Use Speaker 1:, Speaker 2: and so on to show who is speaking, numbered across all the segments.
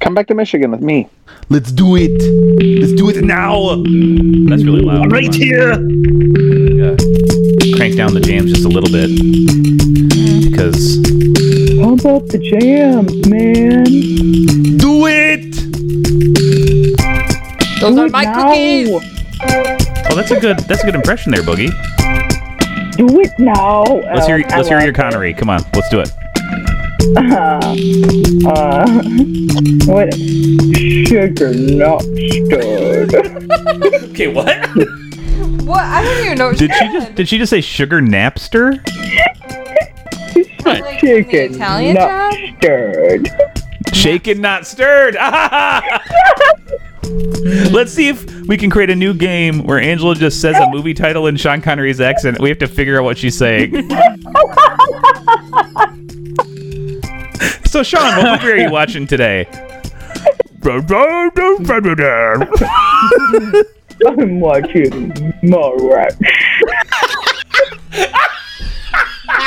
Speaker 1: Come back to Michigan with me.
Speaker 2: Let's do it. Let's do it now.
Speaker 3: That's really loud.
Speaker 2: Right here.
Speaker 3: Yeah. Crank down the jams just a little bit because
Speaker 1: Pump up the jams, man.
Speaker 2: Do it.
Speaker 4: Those are my cookies.
Speaker 3: oh, that's a good that's a good impression there, Boogie.
Speaker 1: Do it now.
Speaker 3: Let's hear
Speaker 1: Um, I
Speaker 3: let's hear
Speaker 1: love it.
Speaker 3: your Connery. Come on, let's do it.
Speaker 1: Uh, what? Sugar not stirred.
Speaker 3: Okay, what?
Speaker 4: What? I don't even know. What
Speaker 3: Did she just did she just say sugar napster?
Speaker 4: like, in the
Speaker 1: Chicken
Speaker 4: Italian
Speaker 1: not
Speaker 4: job?
Speaker 1: stirred.
Speaker 3: Shaken, not stirred. Let's see if we can create a new game where Angela just says a movie title in Sean Connery's accent. We have to figure out what she's saying. so, Sean, what movie are you watching today?
Speaker 1: I'm watching Morax.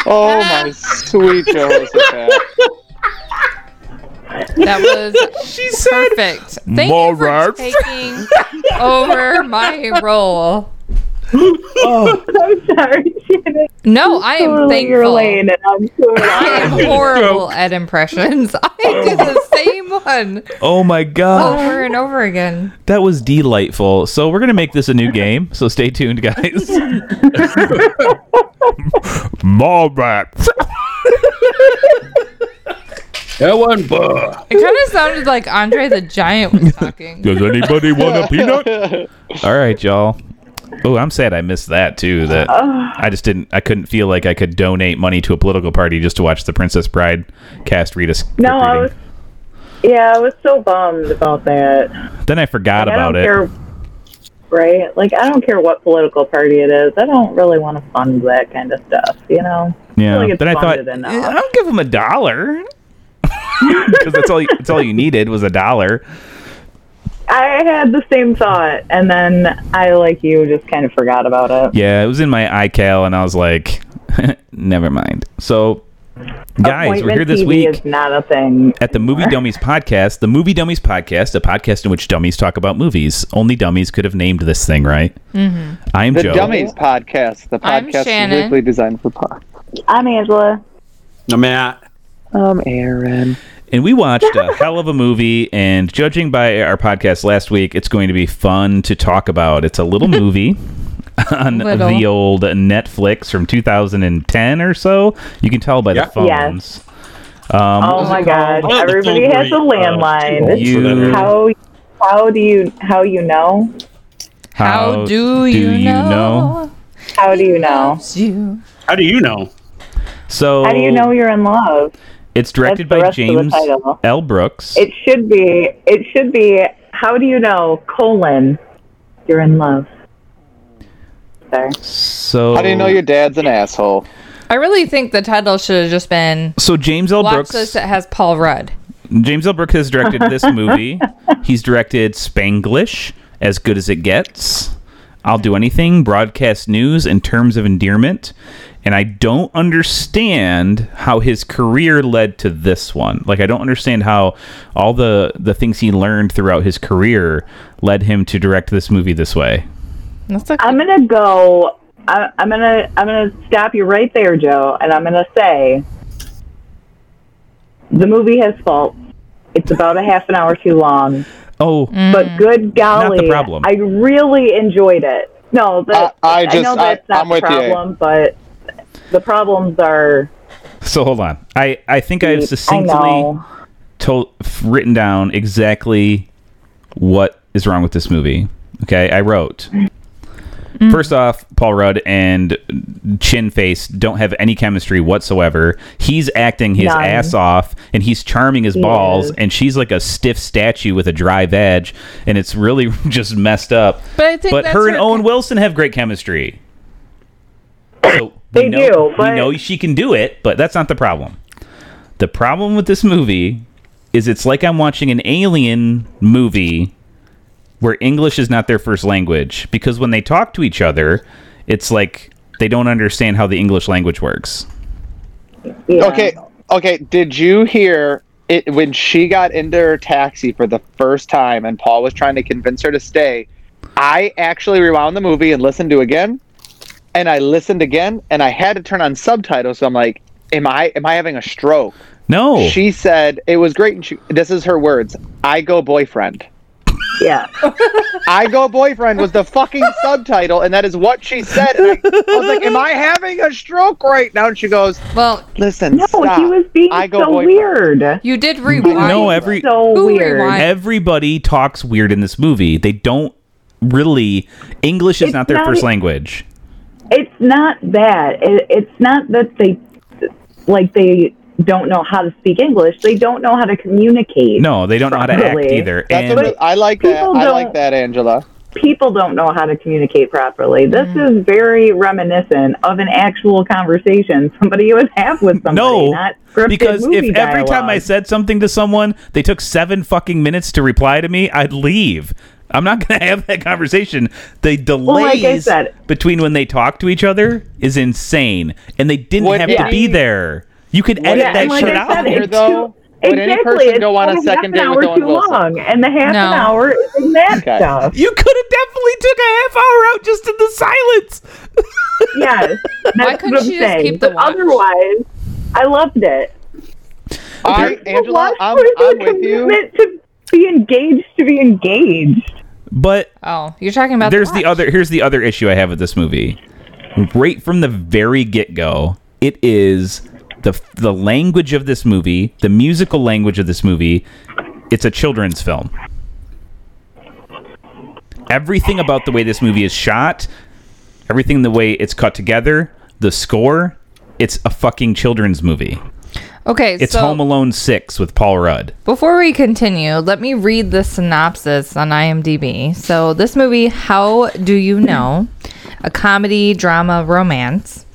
Speaker 5: Oh
Speaker 4: Ah.
Speaker 5: my sweet Jehoshaphat.
Speaker 4: That was she said perfect. Thank you for
Speaker 3: "Morat."
Speaker 4: taking over my role.
Speaker 6: I'm sorry, Shannon.
Speaker 4: No, I am
Speaker 6: Totally your lane,
Speaker 4: thankful.
Speaker 6: and I'm sure
Speaker 4: I am horrible at impressions. I do the same one
Speaker 3: Oh my god,
Speaker 4: over and over again.
Speaker 3: that was delightful. So we're gonna make this a new game. So stay tuned, guys. Mallrats.
Speaker 7: That one, buh.
Speaker 4: It kind of sounded like Andre the Giant was talking.
Speaker 3: Does anybody want a peanut? All right, y'all. Oh, I'm sad I missed that too. That
Speaker 6: Uh.
Speaker 3: I just didn't. I couldn't feel like I could donate money to a political party just to watch The Princess Bride cast Rita. Sc-
Speaker 6: No, I
Speaker 3: recruiting.
Speaker 6: Yeah, I was so bummed about that.
Speaker 3: Then I forgot
Speaker 6: I
Speaker 3: about
Speaker 6: don't
Speaker 3: it.
Speaker 6: care, right? Like, I don't care what political party it is. I don't really want to fund that kind of stuff, you know?
Speaker 3: yeah.
Speaker 6: I feel like it's
Speaker 3: then I thought
Speaker 6: funded enough.
Speaker 3: "Eh, I don't give him a dollar because that's all. You, that's all you needed was a dollar.
Speaker 6: I had the same thought, and then I, like you, just kind of forgot about it.
Speaker 3: Yeah, it was in my iCal, and I was like, never mind. So,
Speaker 6: Oh,
Speaker 3: guys, we're here
Speaker 6: Appointment
Speaker 3: this
Speaker 6: TV
Speaker 3: week.
Speaker 6: is not a thing.
Speaker 3: at the Movie Dummies podcast, the Movie Dummies podcast, a podcast in which dummies talk about movies. Only dummies could have named this thing, right? Mm-hmm. I am
Speaker 5: The
Speaker 3: Joe.
Speaker 5: Dummies Podcast. The
Speaker 4: I'm
Speaker 5: podcast
Speaker 4: Shannon.
Speaker 5: specifically designed for pop.
Speaker 6: I'm Angela.
Speaker 7: I'm Matt.
Speaker 5: I'm Aaron.
Speaker 3: And we watched a hell of a movie, and judging by our podcast last week, it's going to be fun to talk about. It's a little movie on
Speaker 4: Little.
Speaker 3: the old Netflix from 2010 or so. You can tell by
Speaker 7: Yeah.
Speaker 3: the phones.
Speaker 6: Oh
Speaker 3: Um,
Speaker 6: my god!
Speaker 7: Oh, the
Speaker 6: Everybody
Speaker 7: phone
Speaker 6: has a
Speaker 7: rate, uh,
Speaker 6: landline.
Speaker 7: too
Speaker 6: This-
Speaker 3: You-
Speaker 7: old for that.
Speaker 6: how how do you how you know?
Speaker 4: How, do, you, know?
Speaker 6: How do you know?
Speaker 4: You.
Speaker 7: How do you know?
Speaker 3: So
Speaker 6: How do you know you're in love?
Speaker 3: it's directed by
Speaker 6: That's the rest of the
Speaker 3: James
Speaker 6: title.
Speaker 3: L. Brooks.
Speaker 6: It should be. It should be. How do you know? Colon, you're in love. Sorry.
Speaker 3: so
Speaker 5: How do you know your dad's an asshole?
Speaker 4: I really think the title should have just been
Speaker 3: So James L.
Speaker 4: Watch
Speaker 3: Brooks.
Speaker 4: This It Has Paul Rudd.
Speaker 3: James L. Brooks has directed this movie. He's directed Spanglish, As Good as It Gets, I'll Do Anything, Broadcast News, and Terms of Endearment. And I don't understand how his career led to this one. Like I don't understand how all the the things he learned throughout his career led him to direct this movie this way.
Speaker 4: That's a
Speaker 6: I'm gonna go. I, I'm gonna. I'm gonna stop you right there, Joe, and I'm gonna say the movie has faults. It's about a half an hour too long,
Speaker 3: Oh,
Speaker 6: but good golly,
Speaker 3: problem.
Speaker 6: I really enjoyed it. No, that,
Speaker 5: I- I just-
Speaker 6: know that's
Speaker 5: I-
Speaker 6: not
Speaker 5: I'm
Speaker 6: the
Speaker 5: with you.
Speaker 6: problem, but the problems are.
Speaker 3: so hold on. I I think I've
Speaker 6: I
Speaker 3: succinctly
Speaker 6: know.
Speaker 3: to- f- written down exactly what is wrong with this movie. Okay, I wrote. First off, Paul Rudd and Chin Face don't have any chemistry whatsoever. He's acting his
Speaker 6: None.
Speaker 3: ass off and he's charming his balls,
Speaker 6: is.
Speaker 3: and she's like a stiff statue with a drive edge, and it's really just messed up.
Speaker 4: But I think
Speaker 3: But
Speaker 4: that's
Speaker 3: her and
Speaker 4: where-
Speaker 3: Owen Wilson have great chemistry. So we
Speaker 6: They
Speaker 3: know-
Speaker 6: do,
Speaker 3: we
Speaker 6: but-
Speaker 3: know she can do it, but that's not the problem. The problem with this movie is it's like I'm watching an alien movie where English is not their first language because when they talk to each other, it's like they don't
Speaker 5: Oh.
Speaker 3: understand how the English language works.
Speaker 6: Yeah.
Speaker 5: Okay, okay. Did you hear it when she got into her taxi for the first time and Paul was trying to convince her to stay, I actually rewound the movie and listened to again, and I listened again, and I had to turn on subtitles. So I'm like, am I am I having a stroke?
Speaker 3: No.
Speaker 5: She said it was great, and she, this is her words: "I go boyfriend."
Speaker 6: Yeah.
Speaker 5: I go boyfriend was the fucking subtitle, and that is what she said. And I, I was like, "Am I having a stroke right now?" And she goes,
Speaker 4: Well,
Speaker 5: "Listen,
Speaker 6: No,
Speaker 5: stop.
Speaker 6: he was being
Speaker 5: I go
Speaker 6: so
Speaker 5: boyfriend."
Speaker 6: weird.
Speaker 4: you did rewind.
Speaker 3: no, every
Speaker 6: So
Speaker 4: Who
Speaker 6: weird.
Speaker 4: rewind?
Speaker 3: everybody talks weird in this movie. They don't really English is
Speaker 6: It's
Speaker 3: not their
Speaker 6: not
Speaker 3: first
Speaker 6: e-
Speaker 3: language.
Speaker 6: It's not that. It, it's not that they like they don't know how to speak English. They don't know how to communicate.
Speaker 3: No, they don't know how to act
Speaker 6: Properly.
Speaker 3: either.
Speaker 5: That's
Speaker 3: and
Speaker 5: what I, I like that.
Speaker 6: People
Speaker 5: I
Speaker 6: don't-
Speaker 5: like that, Angela.
Speaker 6: People don't know how to communicate properly. This
Speaker 5: Mm.
Speaker 6: is very reminiscent of an actual conversation somebody you would have with somebody,
Speaker 3: No,
Speaker 6: not scripted
Speaker 3: because if
Speaker 6: movie
Speaker 3: every time I
Speaker 6: dialogue.
Speaker 3: said something to someone, they took seven fucking minutes to reply to me, I'd leave. I'm not going to have that conversation. The
Speaker 6: like I
Speaker 3: delays
Speaker 6: said-
Speaker 3: between when they talk to each other is insane, and they didn't
Speaker 5: Would
Speaker 3: have to
Speaker 5: any-
Speaker 3: be there. You could edit
Speaker 6: Yeah,
Speaker 3: that
Speaker 6: and like
Speaker 3: shit
Speaker 6: I
Speaker 3: out.
Speaker 6: said,
Speaker 5: here,
Speaker 6: it's
Speaker 5: though?
Speaker 6: too-
Speaker 5: Would any
Speaker 6: exactly,
Speaker 5: person
Speaker 6: it's
Speaker 5: go on a
Speaker 6: half
Speaker 5: second
Speaker 6: an
Speaker 5: date with
Speaker 6: hour
Speaker 5: Owen
Speaker 6: too
Speaker 5: Wilson?
Speaker 6: long, and the half
Speaker 4: No.
Speaker 6: an hour is in that
Speaker 5: Okay.
Speaker 6: stuff.
Speaker 3: you could have definitely took a half hour out just in the silence.
Speaker 6: Yes, that's
Speaker 4: couldn't
Speaker 6: what I'm
Speaker 4: you just
Speaker 6: saying.
Speaker 4: keep the
Speaker 6: But
Speaker 4: watch?
Speaker 6: otherwise, I loved it.
Speaker 5: I,
Speaker 6: The
Speaker 5: Angela,
Speaker 6: watch
Speaker 5: I'm,
Speaker 6: was
Speaker 5: I'm
Speaker 6: a
Speaker 5: with you.
Speaker 6: commitment To be engaged, to be engaged.
Speaker 3: But
Speaker 4: Oh, you're talking about.
Speaker 3: there's the
Speaker 4: watch.
Speaker 3: other here's the other issue I have with this movie. Right from the very get-go, it is the the language of this movie, the musical language of this movie, it's a children's film. Everything about the way this movie is shot, everything the way it's cut together, the score, it's a fucking children's movie.
Speaker 4: Okay,
Speaker 3: It's
Speaker 4: so
Speaker 3: Home Alone 6 with Paul Rudd.
Speaker 4: Before we continue, let me read the synopsis on IMDb. So, this movie, How Do You Know? A comedy, drama, romance.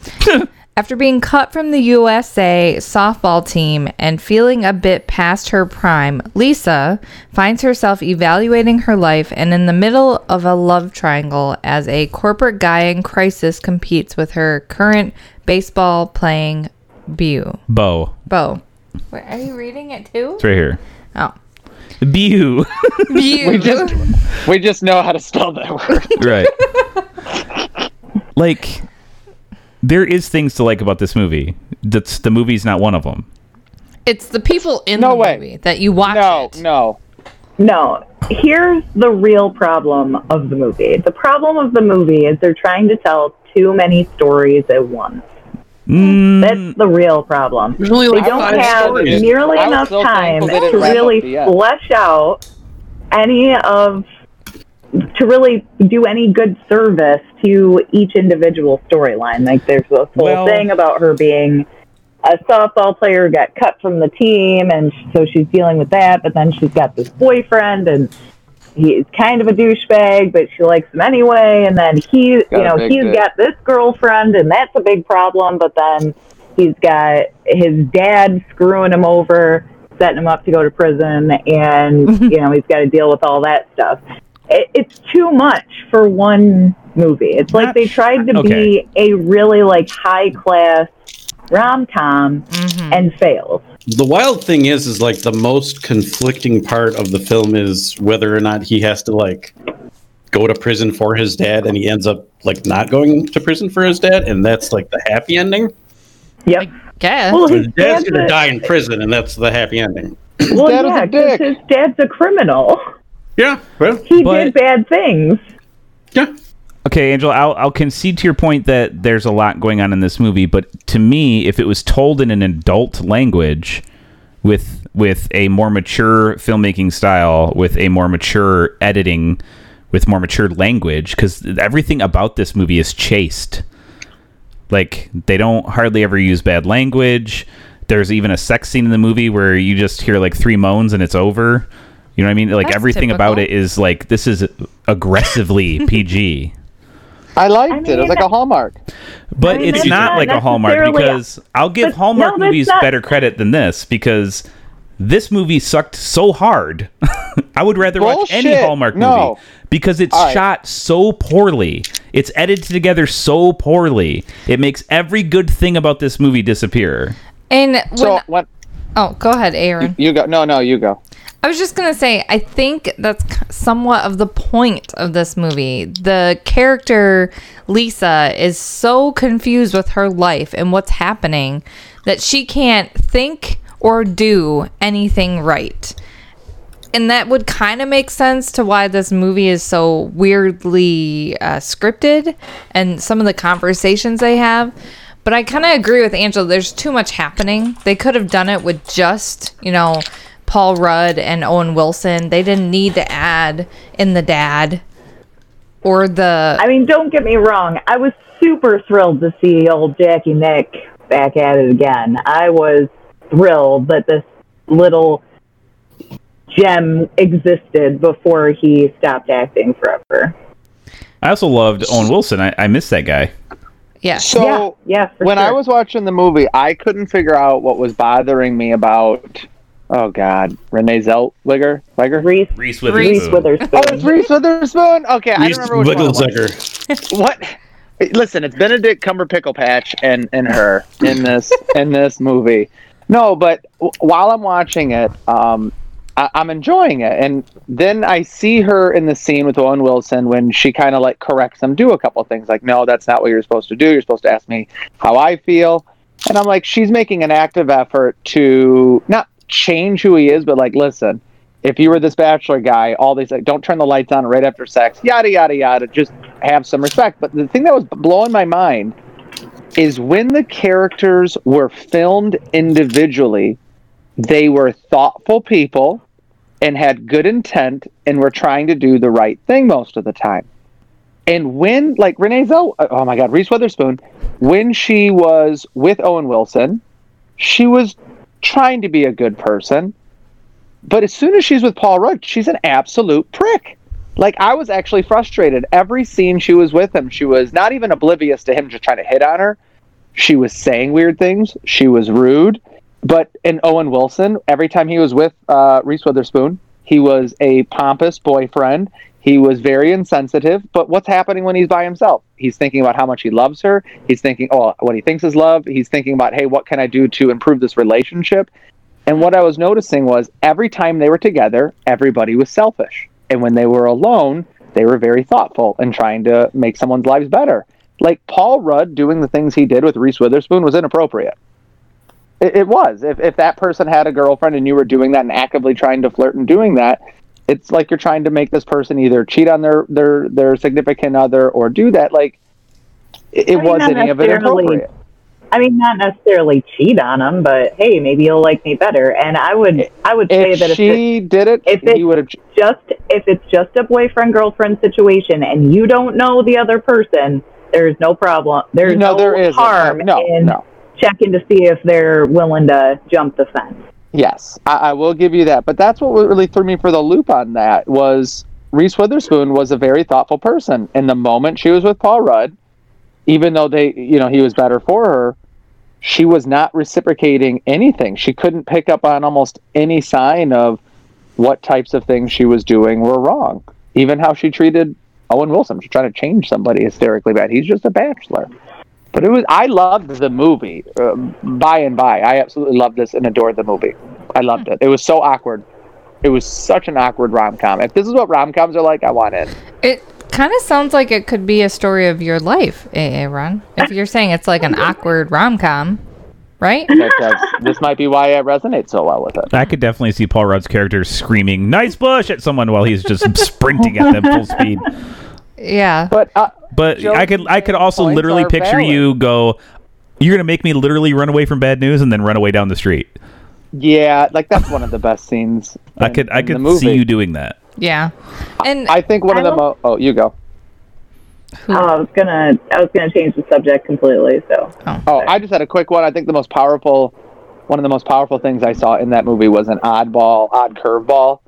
Speaker 4: After being cut from the USA softball team and feeling a bit past her prime, Lisa finds herself evaluating her life and in the middle of a love triangle as a corporate guy in crisis competes with her current baseball playing beau.
Speaker 3: Bo,
Speaker 4: Bo. Wait, are you reading it too?
Speaker 3: it's right here.
Speaker 4: Oh.
Speaker 3: Bew.
Speaker 4: You.
Speaker 5: just- We just know how to spell that word.
Speaker 3: right like there is things to like about this movie that's the movie's not one of them
Speaker 4: it's the people in
Speaker 5: No
Speaker 4: the
Speaker 5: way.
Speaker 4: movie that you watch.
Speaker 5: No,
Speaker 4: it.
Speaker 5: no.
Speaker 6: No, here's the real problem of the movie. The problem of the movie is they're trying to tell too many stories at once.
Speaker 3: Mm.
Speaker 6: That's the real problem.
Speaker 7: There's only
Speaker 6: They
Speaker 7: like
Speaker 6: don't
Speaker 7: five
Speaker 6: have
Speaker 7: stories.
Speaker 6: nearly
Speaker 5: I was
Speaker 6: enough
Speaker 5: so
Speaker 6: time
Speaker 5: thankful they
Speaker 6: to
Speaker 5: didn't wrap up
Speaker 6: really
Speaker 5: the end.
Speaker 6: flesh out any of to really do any good service to each individual storyline. Like there's this whole
Speaker 3: Well-
Speaker 6: thing about her being a softball player who got cut from the team, and sh- so she's dealing with that. But then she's got this boyfriend, and he's kind of a douchebag, but she likes him anyway. And then he,
Speaker 5: Got
Speaker 6: you
Speaker 5: a
Speaker 6: know,
Speaker 5: big
Speaker 6: he's
Speaker 5: dick.
Speaker 6: got this girlfriend, and that's a big problem. But then he's got his dad screwing him over, setting him up to go to prison, and you know he's got to deal with all that stuff. It, it's too much for one movie. It's like they tried to
Speaker 3: Okay.
Speaker 6: be a really like high class rom com
Speaker 5: Mm-hmm.
Speaker 6: and failed.
Speaker 7: The wild thing is, is like the most conflicting part of the film is whether or not he has to like go to prison for his dad, and he ends up like not going to prison for his dad, and that's like the happy ending.
Speaker 6: Yep.
Speaker 4: Guess.
Speaker 6: Well, his
Speaker 7: His dad's
Speaker 6: dad's
Speaker 7: gonna
Speaker 6: a,
Speaker 7: die in prison, and that's the happy ending.
Speaker 6: well,
Speaker 5: dad was a
Speaker 6: yeah, 'cause
Speaker 5: dick.
Speaker 6: his dad's a criminal.
Speaker 7: Yeah, well,
Speaker 6: He
Speaker 3: But-
Speaker 6: did bad things.
Speaker 7: yeah.
Speaker 3: okay angela I'll, I'll concede to your point that there's a lot going on in this movie but to me if it was told in an adult language with with a more mature filmmaking style with a more mature editing with more mature language because everything about this movie is chaste Like they don't hardly ever use bad language. There's even a sex scene in the movie where you just hear like three moans and it's over. You know what I mean? Like
Speaker 4: That's
Speaker 3: everything about it
Speaker 4: typical.
Speaker 3: is like this is aggressively PG.
Speaker 5: I liked it. It was
Speaker 6: mean,
Speaker 5: like a hallmark.
Speaker 3: But
Speaker 6: I mean,
Speaker 3: it's
Speaker 6: that's
Speaker 3: not
Speaker 6: not
Speaker 3: like a Hallmark
Speaker 6: necessarily-
Speaker 3: because I'll give
Speaker 6: But no,
Speaker 3: Hallmark
Speaker 6: that's
Speaker 3: movies
Speaker 6: not-
Speaker 3: better credit than this because this movie sucked so hard. I would rather watch any
Speaker 5: Bullshit.
Speaker 3: Hallmark
Speaker 5: No.
Speaker 3: movie because it's
Speaker 5: All right.
Speaker 3: shot so poorly. It's edited together so poorly. It makes every good thing about this movie disappear.
Speaker 4: and when
Speaker 5: So when
Speaker 4: Oh, go ahead, Aaron.
Speaker 5: You go. No, no, you go.
Speaker 4: I was just gonna say, I think that's k- somewhat of the point of this movie. The character Lisa is so confused with her life and what's happening that she can't think or do anything right. And that would kind of make sense to why this movie is so weirdly uh, scripted and some of the conversations they have. But I kind of agree with Angela. There's too much happening. They could have done it with just, you know, Paul Rudd and Owen Wilson. They didn't need to add in the dad or the.
Speaker 6: I mean, don't get me wrong. I was super thrilled to see old Jackie Nick back at it again. I was thrilled that this little gem existed before he stopped acting forever.
Speaker 3: I also loved Owen Wilson. I, I miss that guy.
Speaker 4: yeah.
Speaker 5: So
Speaker 6: Yeah, yeah, for
Speaker 5: when I
Speaker 6: sure.
Speaker 5: was watching the movie, I couldn't figure out what was bothering me about. Oh God, Renee Zellweger, Weger.
Speaker 6: Reese,
Speaker 3: Reese
Speaker 6: Reese Witherspoon.
Speaker 5: Oh, it's Reese Witherspoon. Okay, I
Speaker 7: Reese
Speaker 5: don't remember which one. it was.
Speaker 7: Wigglezecker.
Speaker 5: What? Listen, it's Benedict Cumberpickle Patch and and her in this in this movie. No, but w- while I'm watching it, um, I- I'm enjoying it, and then I see her in the scene with Owen Wilson when she kind of like corrects him, do a couple things like, "No, that's not what you're supposed to do. You're supposed to ask me how I feel," and I'm like, she's making an active effort to not change who he is, but like, listen, if you were this bachelor guy, all these like, don't turn the lights on right after sex, yada yada yada. Just have some respect. But the thing that was blowing my mind is when the characters were filmed individually, they were thoughtful people and had good intent and were trying to do the right thing most of the time. And when, like Renee Zell, oh my God, Reese Witherspoon, when she was with Owen Wilson, she was trying to be a good person. But as soon as she's with Paul Rudd, she's an absolute prick. Like I was actually frustrated. Every scene she was with him, she was not even oblivious to him just trying to hit on her. She was saying weird things. She was rude. But in Owen Wilson, every time he was with uh, Reese Witherspoon, he was a pompous boyfriend. He was very insensitive. But what's happening when he's by himself? He's thinking about how much he loves her. He's thinking, oh, what he thinks is love. He's thinking about, hey, what can I do to improve this relationship? And what I was noticing was every time they were together, everybody was selfish. And when they were alone, they were very thoughtful and trying to make someone's lives better. Like Paul Rudd doing the things he did with Reese Witherspoon was inappropriate. It, it was. If, if that person had a girlfriend and you were doing that and actively trying to flirt and doing that, it's like you're trying to make this person either cheat on their their, their significant other or do that. Like it, it
Speaker 6: I mean,
Speaker 5: was
Speaker 6: not
Speaker 5: any of it
Speaker 6: necessarily.
Speaker 5: appropriate.
Speaker 6: I mean, not necessarily cheat on him, but hey, maybe you'll like me better. And I would, I would say
Speaker 5: If
Speaker 6: that if it's
Speaker 5: she did it,
Speaker 6: if it-
Speaker 5: he would have
Speaker 6: just if it's just a boyfriend girlfriend situation and you don't know the other person, there's no problem. There's
Speaker 5: no,
Speaker 6: no,
Speaker 5: there is
Speaker 6: harm
Speaker 5: no,
Speaker 6: in
Speaker 5: no.
Speaker 6: checking to see if they're willing to jump the fence.
Speaker 5: Yes, I, I will give you that. But that's what really threw me for the loop on that was Reese Witherspoon was a very thoughtful person. And the moment she was with Paul Rudd, even though they, you know, he was better for her, she was not reciprocating anything. She couldn't pick up on almost any sign of what types of things she was doing were wrong. Even how she treated Owen Wilson. She's trying to change somebody hysterically bad. He's just a bachelor. But it was. I loved the movie. Uh, by and by, I absolutely loved this and adored the movie. I loved it. It was so awkward. It was such an awkward rom com. If this is what rom coms are like, I want it.
Speaker 4: It kind of sounds like it could be a story of your life, Aaron. If you're saying it's like an awkward rom com, right?
Speaker 5: Because this might be why I resonate so well with it.
Speaker 3: I could definitely see Paul Rudd's character screaming "Nice bush" at someone while he's just sprinting at them full speed.
Speaker 4: Yeah.
Speaker 5: But uh,
Speaker 3: But
Speaker 5: Joe's
Speaker 3: I could I could also
Speaker 5: points
Speaker 3: literally
Speaker 5: are
Speaker 3: picture
Speaker 5: valid.
Speaker 3: you go. You're gonna make me literally run away from bad news and then run away down the street.
Speaker 5: yeah, like that's one of the best scenes.
Speaker 3: I could I
Speaker 5: in the
Speaker 3: could
Speaker 5: movie.
Speaker 3: see you doing that.
Speaker 4: Yeah. And
Speaker 5: I think one of
Speaker 6: I
Speaker 5: the mo- oh, you go.
Speaker 4: Mm.
Speaker 6: Oh, I was gonna, I was gonna change the subject completely. So
Speaker 5: Oh, I just had a quick one. I think the most powerful, one of the most powerful things I saw in that movie was an oddball, odd curveball,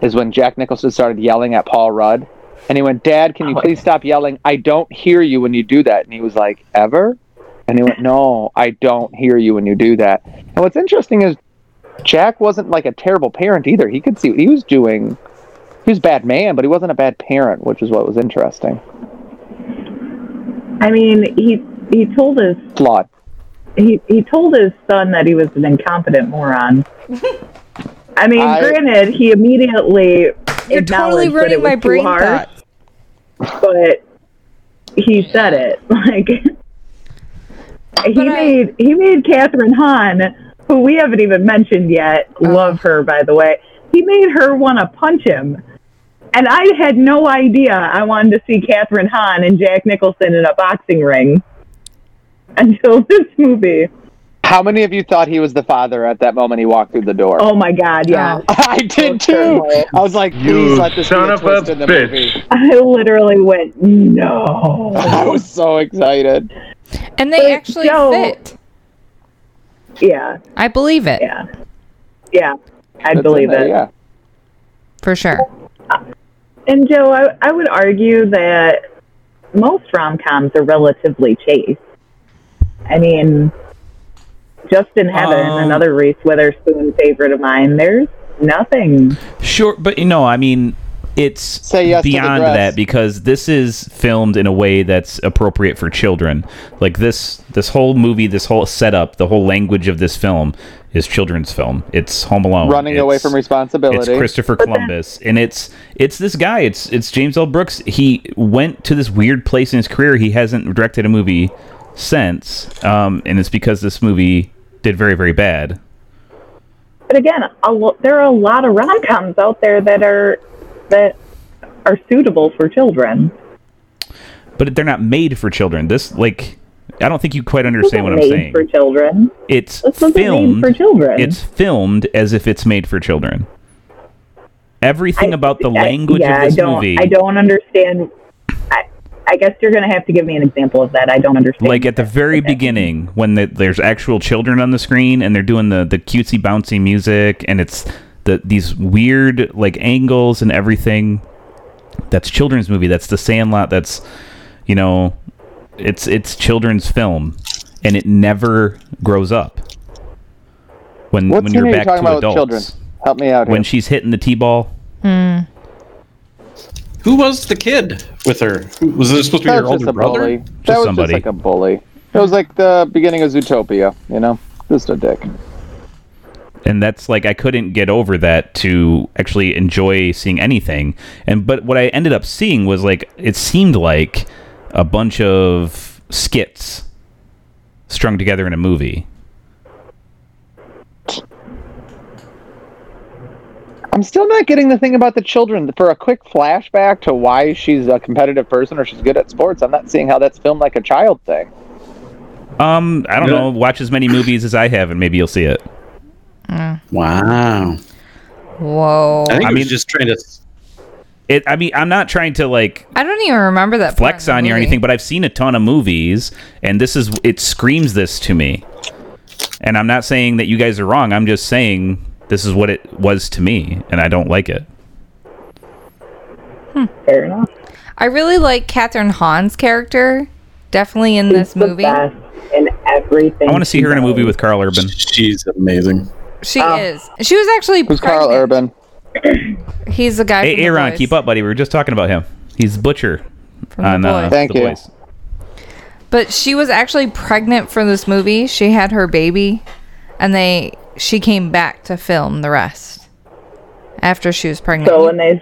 Speaker 5: is when Jack Nicholson started yelling at Paul Rudd, and he went, "Dad, can you please stop yelling? I don't hear you when you do that." And he was like, "Ever?" And he went, "No, I don't hear you when you do that." And what's interesting is Jack wasn't like a terrible parent either. He could see what he was doing. He was a bad man, but he wasn't a bad parent, which is what was interesting.
Speaker 6: I mean, he he told his
Speaker 5: Flawed.
Speaker 6: he he told his son that he was an incompetent moron. I mean,
Speaker 5: I-
Speaker 6: granted, he immediately
Speaker 4: You're totally
Speaker 6: acknowledged that it
Speaker 4: ruining
Speaker 6: was
Speaker 4: my
Speaker 6: too
Speaker 4: brain
Speaker 6: hard,
Speaker 4: thoughts.
Speaker 6: but he said it like he
Speaker 4: But I-
Speaker 6: made he made Catherine Hahn, who we haven't even mentioned yet.
Speaker 4: Oh.
Speaker 6: Love her, by the way. He made her want to punch him. And I had no idea I wanted to see Catherine Hahn and Jack Nicholson in a boxing ring until this movie.
Speaker 5: How many of you thought he was the father at that moment he walked through the door?
Speaker 6: Oh my god, yeah.
Speaker 4: Oh.
Speaker 5: I did too. I was like, please
Speaker 2: You
Speaker 5: let this
Speaker 2: son
Speaker 5: be a
Speaker 2: of a
Speaker 5: twist in the
Speaker 2: bitch.
Speaker 5: movie.
Speaker 6: I literally went, no.
Speaker 5: I was so excited.
Speaker 4: And they
Speaker 6: But
Speaker 4: actually
Speaker 6: no.
Speaker 4: fit.
Speaker 6: Yeah,
Speaker 4: I believe it
Speaker 6: yeah. Yeah, I
Speaker 5: That's
Speaker 6: believe
Speaker 5: in there,
Speaker 6: it.
Speaker 5: Yeah.
Speaker 4: for sure.
Speaker 6: And Joe, I, I would argue that most rom coms are relatively chaste. I mean, Just in Heaven,
Speaker 3: Um,
Speaker 6: another Reese Witherspoon favorite of mine, there's nothing.
Speaker 3: Sure, but you know, I mean, it's
Speaker 5: Say yes to the
Speaker 3: beyond
Speaker 5: dress.
Speaker 3: that because this is filmed in a way that's appropriate for children. Like this, this whole movie, this whole setup, the whole language of this film is children's film. It's Home Alone,
Speaker 5: Running away
Speaker 3: It's-
Speaker 5: from responsibility.
Speaker 3: It's Christopher Columbus, and it's it's this guy. It's it's James L. Brooks. He went to this weird place in his career. He hasn't directed a movie since, um, and it's because this movie did very very bad.
Speaker 6: But again, a lo- there are a lot of rom coms out there that are that are suitable for children.
Speaker 3: But they're not made for children. This like. I don't think you quite understand what I'm
Speaker 6: made
Speaker 3: saying.
Speaker 6: for children.
Speaker 3: it's
Speaker 6: This wasn't made
Speaker 3: filmed
Speaker 6: for children.
Speaker 3: It's filmed as if it's made for children. Everything about the
Speaker 6: I-
Speaker 3: language
Speaker 6: yeah,
Speaker 3: of this
Speaker 6: I don't,
Speaker 3: movie,
Speaker 6: I don't understand. I, I guess you're going to have to give me an example of that. I don't understand.
Speaker 3: like at the very beginning when the, there's actual children on the screen and they're doing the the cutesy bouncy music and it's the these weird like angles and everything. That's children's movie. That's The Sandlot. That's you know, it's it's children's film, and it never grows up. When
Speaker 5: What's
Speaker 3: when
Speaker 5: the
Speaker 3: you're
Speaker 5: name
Speaker 3: back
Speaker 5: talking
Speaker 3: to
Speaker 5: about
Speaker 3: adults.
Speaker 5: with children? Help me out here.
Speaker 3: when she's hitting the t-ball.
Speaker 7: Who was the kid with her? Who- Was it supposed to be
Speaker 5: that
Speaker 7: her
Speaker 5: was just
Speaker 7: older
Speaker 5: a bully.
Speaker 7: brother?
Speaker 5: that was
Speaker 3: somebody.
Speaker 5: just like a bully. It was like the beginning of Zootopia, you know? Just a dick.
Speaker 3: And that's like I couldn't get over that to actually enjoy seeing anything. And but what I ended up seeing was like it seemed like a bunch of skits strung together in a movie.
Speaker 5: I'm still not getting the thing about the children. For a quick flashback to why she's a competitive person or she's good at sports, I'm not seeing how that's filmed like a child thing.
Speaker 3: Um, I don't
Speaker 7: Yeah.
Speaker 3: know. Watch as many movies as I have, and maybe you'll see it.
Speaker 7: Wow.
Speaker 4: Whoa.
Speaker 7: I think
Speaker 3: I
Speaker 7: I mean,
Speaker 3: mean-
Speaker 7: just trying to.
Speaker 3: It. I mean, I'm not trying to like
Speaker 4: I don't even remember that part
Speaker 3: flex
Speaker 4: in the
Speaker 3: on you or
Speaker 4: movie.
Speaker 3: anything, but I've seen a ton of movies, and this is it screams this to me. And I'm not saying that you guys are wrong. I'm just saying this is what it was to me, and I don't like it.
Speaker 6: fair enough.
Speaker 4: I really like Catherine Hahn's character, definitely in this
Speaker 6: The
Speaker 4: movie.
Speaker 6: best in everything.
Speaker 3: I want to see her in a movie with Carl Urban.
Speaker 7: She's amazing.
Speaker 4: She
Speaker 6: Oh.
Speaker 4: is. She was actually.
Speaker 5: Who's Carl
Speaker 4: pregnant.
Speaker 5: Urban?
Speaker 4: He's the guy.
Speaker 3: Hey,
Speaker 4: from The
Speaker 3: Aaron,
Speaker 4: Boys.
Speaker 3: keep up, buddy. We were just talking about him. He's Butcher
Speaker 4: From The
Speaker 3: on uh,
Speaker 4: Boys.
Speaker 5: Thank
Speaker 3: The
Speaker 5: you.
Speaker 3: Boys.
Speaker 4: But she was actually pregnant for this movie. She had her baby, and they she came back to film the rest after she was pregnant.
Speaker 6: So when they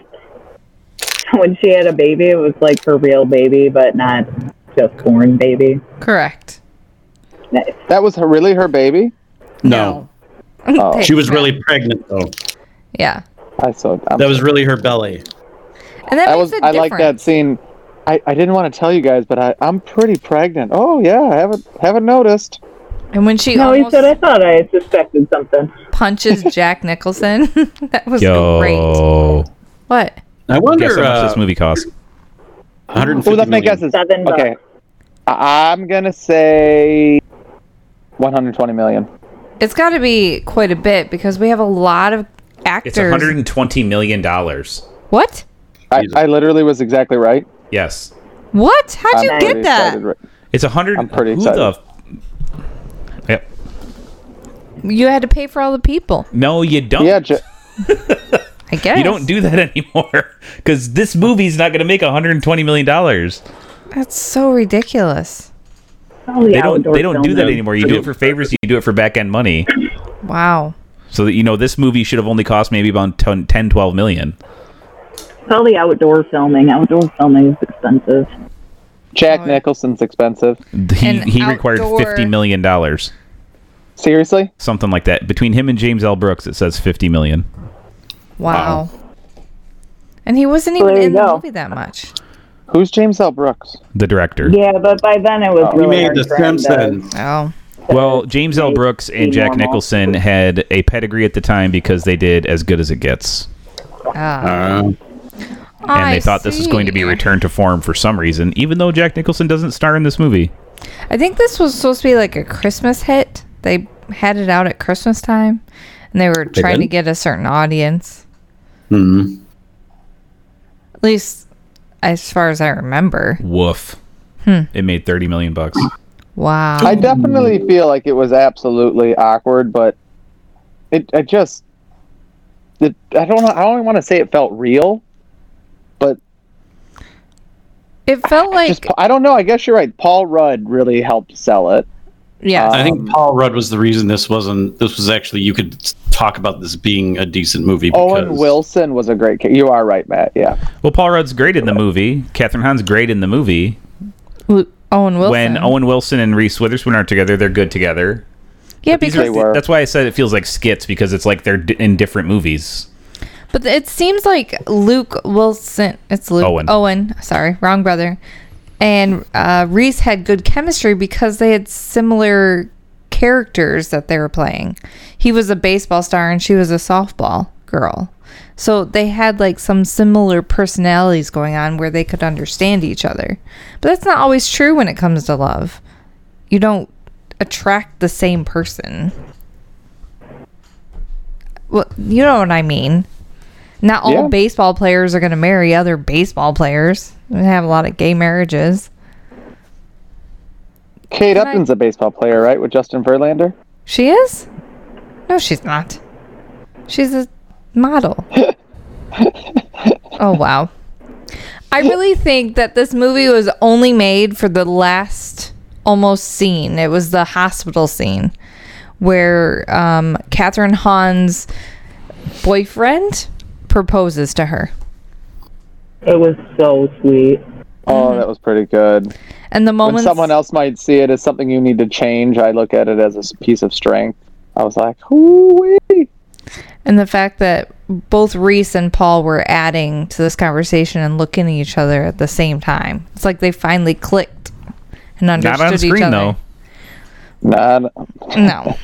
Speaker 6: when she had a baby, it was like her real baby, but not just born baby.
Speaker 4: Correct.
Speaker 6: Nice.
Speaker 5: That was her, really her baby?
Speaker 7: No.
Speaker 6: Oh.
Speaker 4: Thanks,
Speaker 7: She was
Speaker 4: Matt.
Speaker 7: really pregnant, though.
Speaker 4: yeah.
Speaker 5: I saw I'm
Speaker 7: That was really her belly.
Speaker 4: And that
Speaker 5: I
Speaker 4: makes
Speaker 5: was
Speaker 4: a
Speaker 5: I like that
Speaker 4: difference.
Speaker 5: scene. I, I didn't want to tell you guys, but I, I'm pretty pregnant. Oh yeah, I haven't haven't noticed.
Speaker 4: And when she
Speaker 6: No, he
Speaker 4: almost
Speaker 6: said I thought I suspected something.
Speaker 4: punches Jack Nicholson, that was great.
Speaker 3: Yo,
Speaker 4: What?
Speaker 7: I wonder.
Speaker 3: guess how much
Speaker 7: uh,
Speaker 3: this movie cost?
Speaker 7: 150
Speaker 5: Well, let me
Speaker 7: million.
Speaker 5: guess. It's,
Speaker 6: Seven bucks.
Speaker 5: okay, I- I'm gonna say 120 million.
Speaker 4: It's got to be quite a bit because we have a lot of actors.
Speaker 3: It's 120 million dollars.
Speaker 4: What?
Speaker 5: I,
Speaker 7: Jesus.
Speaker 5: I literally was exactly right.
Speaker 3: Yes,
Speaker 4: What? How'd
Speaker 5: I'm
Speaker 4: you
Speaker 5: pretty
Speaker 4: get that?
Speaker 5: excited right-
Speaker 3: it's a hundred.
Speaker 5: I'm pretty
Speaker 3: who
Speaker 5: excited.
Speaker 3: the f- Yep.
Speaker 4: You had to pay for all the people.
Speaker 3: No, you don't.
Speaker 5: Yeah, J-
Speaker 4: I guess
Speaker 3: You don't do that anymore because this movie's not going to make 120 million dollars.
Speaker 4: That's so ridiculous.
Speaker 6: Oh,
Speaker 3: They don't they don't do that anymore. You do it for favors. You do it for back end money.
Speaker 4: Wow.
Speaker 3: So that you know this movie should have only cost maybe about 10, 10 12 million.
Speaker 6: It's all the outdoor filming. Outdoor filming is expensive.
Speaker 5: Jack Nicholson's expensive.
Speaker 3: He
Speaker 4: And
Speaker 3: he required
Speaker 4: outdoor-
Speaker 3: fifty million dollars,
Speaker 5: Seriously?
Speaker 3: something like that. Between him and James L. Brooks, it says fifty million.
Speaker 4: Wow. And he wasn't even
Speaker 6: there you
Speaker 4: in the
Speaker 6: go.
Speaker 4: movie that much.
Speaker 5: Who's James L. Brooks?
Speaker 3: The director.
Speaker 6: Yeah, but by then it was
Speaker 7: We
Speaker 6: really
Speaker 7: made
Speaker 6: hard
Speaker 7: the
Speaker 6: for him to-
Speaker 7: Simpsons.
Speaker 4: Oh.
Speaker 3: Well, James L. Brooks and Jack
Speaker 6: normal.
Speaker 3: Nicholson had a pedigree at the time because they did as good as it gets.
Speaker 4: Ah.
Speaker 7: Uh,
Speaker 3: and they thought this was going to be a return to form for some reason, even though Jack Nicholson doesn't star in this movie.
Speaker 4: I think this was supposed to be like a Christmas hit. They had it out at Christmas time, and they were trying to
Speaker 7: did?
Speaker 4: get a certain audience. Hmm. At least, as far as I remember.
Speaker 3: Woof.
Speaker 4: Hmm.
Speaker 3: It made thirty million bucks.
Speaker 4: Wow.
Speaker 5: I
Speaker 7: Hmm.
Speaker 5: definitely feel like it was absolutely awkward, but it I just it, I don't know I don't want to say it felt real, but
Speaker 4: it felt like
Speaker 5: just I don't know, I guess you're right. Paul Rudd really helped sell it.
Speaker 4: yes.
Speaker 7: I
Speaker 6: Um,
Speaker 7: think Paul Rudd was the reason this wasn't. This was actually you could talk about this being a decent movie.
Speaker 5: Owen
Speaker 7: because-
Speaker 5: Wilson was a great kid. You are right, Matt. Yeah.
Speaker 3: Well, Paul Rudd's great in the movie. Catherine Hahn's great in the movie.
Speaker 4: L- Owen Wilson.
Speaker 3: When Owen Wilson and Reese Witherspoon are together, they're good together.
Speaker 4: yeah,
Speaker 3: These
Speaker 4: because
Speaker 5: They were.
Speaker 3: That's why I said it feels like skits because it's like they're d- in different movies.
Speaker 4: But it seems like Luke Wilson. It's Luke
Speaker 3: Owen.
Speaker 4: Owen. sorry, wrong brother. And uh, Reese had good chemistry because they had similar characters that they were playing. He was a baseball star and she was a softball girl. So they had like some similar personalities going on where they could understand each other. But that's not always true when it comes to love. You don't attract the same person. Well, you know what I mean. Not all
Speaker 5: Yeah.
Speaker 4: baseball players are going to marry other baseball players. We have a lot of gay marriages.
Speaker 5: Kate
Speaker 4: I-
Speaker 5: Upton's a baseball player, right? With Justin Verlander.
Speaker 4: She is? No, she's not. She's a model. oh, wow. I really think that this movie was only made for the last almost scene. It was the hospital scene where um, Catherine Hahn's boyfriend proposes to her.
Speaker 6: It was so sweet.
Speaker 4: Mm-hmm.
Speaker 5: Oh, that was pretty good.
Speaker 4: And the
Speaker 5: When
Speaker 4: moment
Speaker 5: someone else might see it as something you need to change, I look at it as a s- piece of strength. I was like, "Ooh,
Speaker 4: And the fact that both Reese and Paul were adding to this conversation and looking at each other at the same time. It's like they finally clicked and understood
Speaker 3: Not on
Speaker 4: each
Speaker 3: screen
Speaker 4: other.
Speaker 3: though.
Speaker 5: not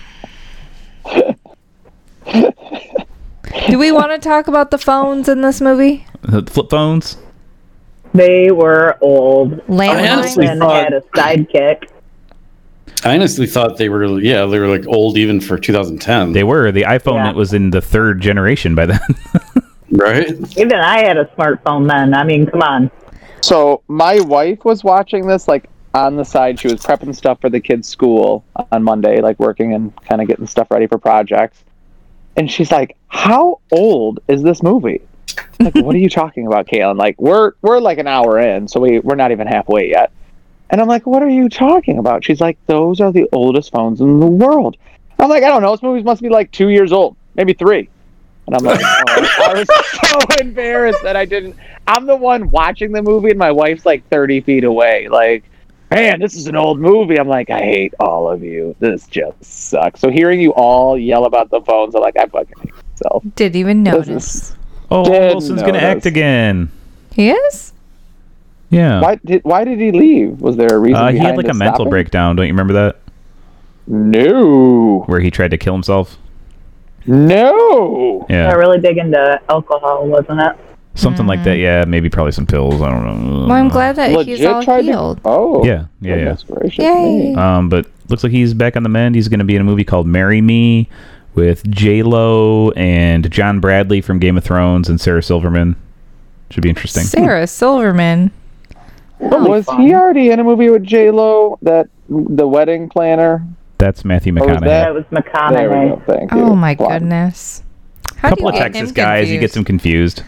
Speaker 4: No. Do we want to talk about the phones in this movie?
Speaker 3: Flip phones.
Speaker 6: They were old.
Speaker 5: Oh,
Speaker 4: Landline.
Speaker 7: honestly-
Speaker 6: Wilson had a sidekick.
Speaker 7: I honestly thought they were. Yeah, they were like old even for 2010.
Speaker 3: They were the iPhone
Speaker 6: Yeah.
Speaker 3: that was in the third generation by then.
Speaker 7: right.
Speaker 6: Even I had a smartphone then. I mean, come on.
Speaker 5: So my wife was watching this like on the side. She was prepping stuff for the kids' school on Monday, like working and kind of getting stuff ready for projects. And she's like, "How old is this movie?" I'm Like, what are you talking about, Kaylin? Like, we're we're like an hour in, so we we're not even halfway yet. And I'm like, "What are you talking about?" She's like, "Those are the oldest phones in the world." I'm like, "I don't know. This movie must be like two years old, maybe three. And I'm like, oh, I was so embarrassed that I didn't. I'm the one watching the movie, and my wife's like 30 feet away. Like, man, this is an old movie. I'm like, I hate all of you. This just sucks. So hearing you all yell about the phones, I'm like, I fucking hate myself.
Speaker 4: Didn't even
Speaker 5: This
Speaker 4: notice.
Speaker 5: is
Speaker 3: oh,
Speaker 5: Didn't
Speaker 3: Wilson's gonna
Speaker 5: notice.
Speaker 3: act again.
Speaker 4: He is?
Speaker 3: Yeah.
Speaker 5: why did why did he leave? Was there a reason?
Speaker 3: Uh, he had
Speaker 5: behind
Speaker 3: like a
Speaker 5: his
Speaker 3: mental
Speaker 5: stopping?
Speaker 3: breakdown. Don't you remember that?
Speaker 5: No,
Speaker 3: Where he tried to kill himself.
Speaker 5: no.
Speaker 4: Oh,
Speaker 3: Yeah.
Speaker 6: They're really big into alcohol, wasn't it?
Speaker 3: Something like that. Yeah. Maybe probably some pills. I don't know.
Speaker 4: Mm. Well, I'm glad that he's all
Speaker 5: tried to-
Speaker 4: healed.
Speaker 5: Oh,
Speaker 3: Yeah. Yeah. Yeah.
Speaker 5: Goodness gracious
Speaker 4: Yay.
Speaker 5: me.
Speaker 3: Um, but looks like he's back on the mend. He's going to be in a movie called "Marry Me" with J Lo and John Bradley from Game of Thrones and Sarah Silverman. Should be interesting.
Speaker 4: Sarah Silverman.
Speaker 5: was he already in a movie with J Lo? That the wedding planner.
Speaker 3: That's Matthew
Speaker 5: was
Speaker 3: McConaughey.
Speaker 5: that-
Speaker 6: That was
Speaker 5: There we go.
Speaker 6: McConaughey.
Speaker 5: Thank you.
Speaker 4: Oh my
Speaker 5: Wow.
Speaker 4: goodness.
Speaker 3: A
Speaker 4: How
Speaker 3: couple of
Speaker 4: get
Speaker 3: Texas
Speaker 4: him
Speaker 3: guys, you get
Speaker 4: confused?
Speaker 3: them confused.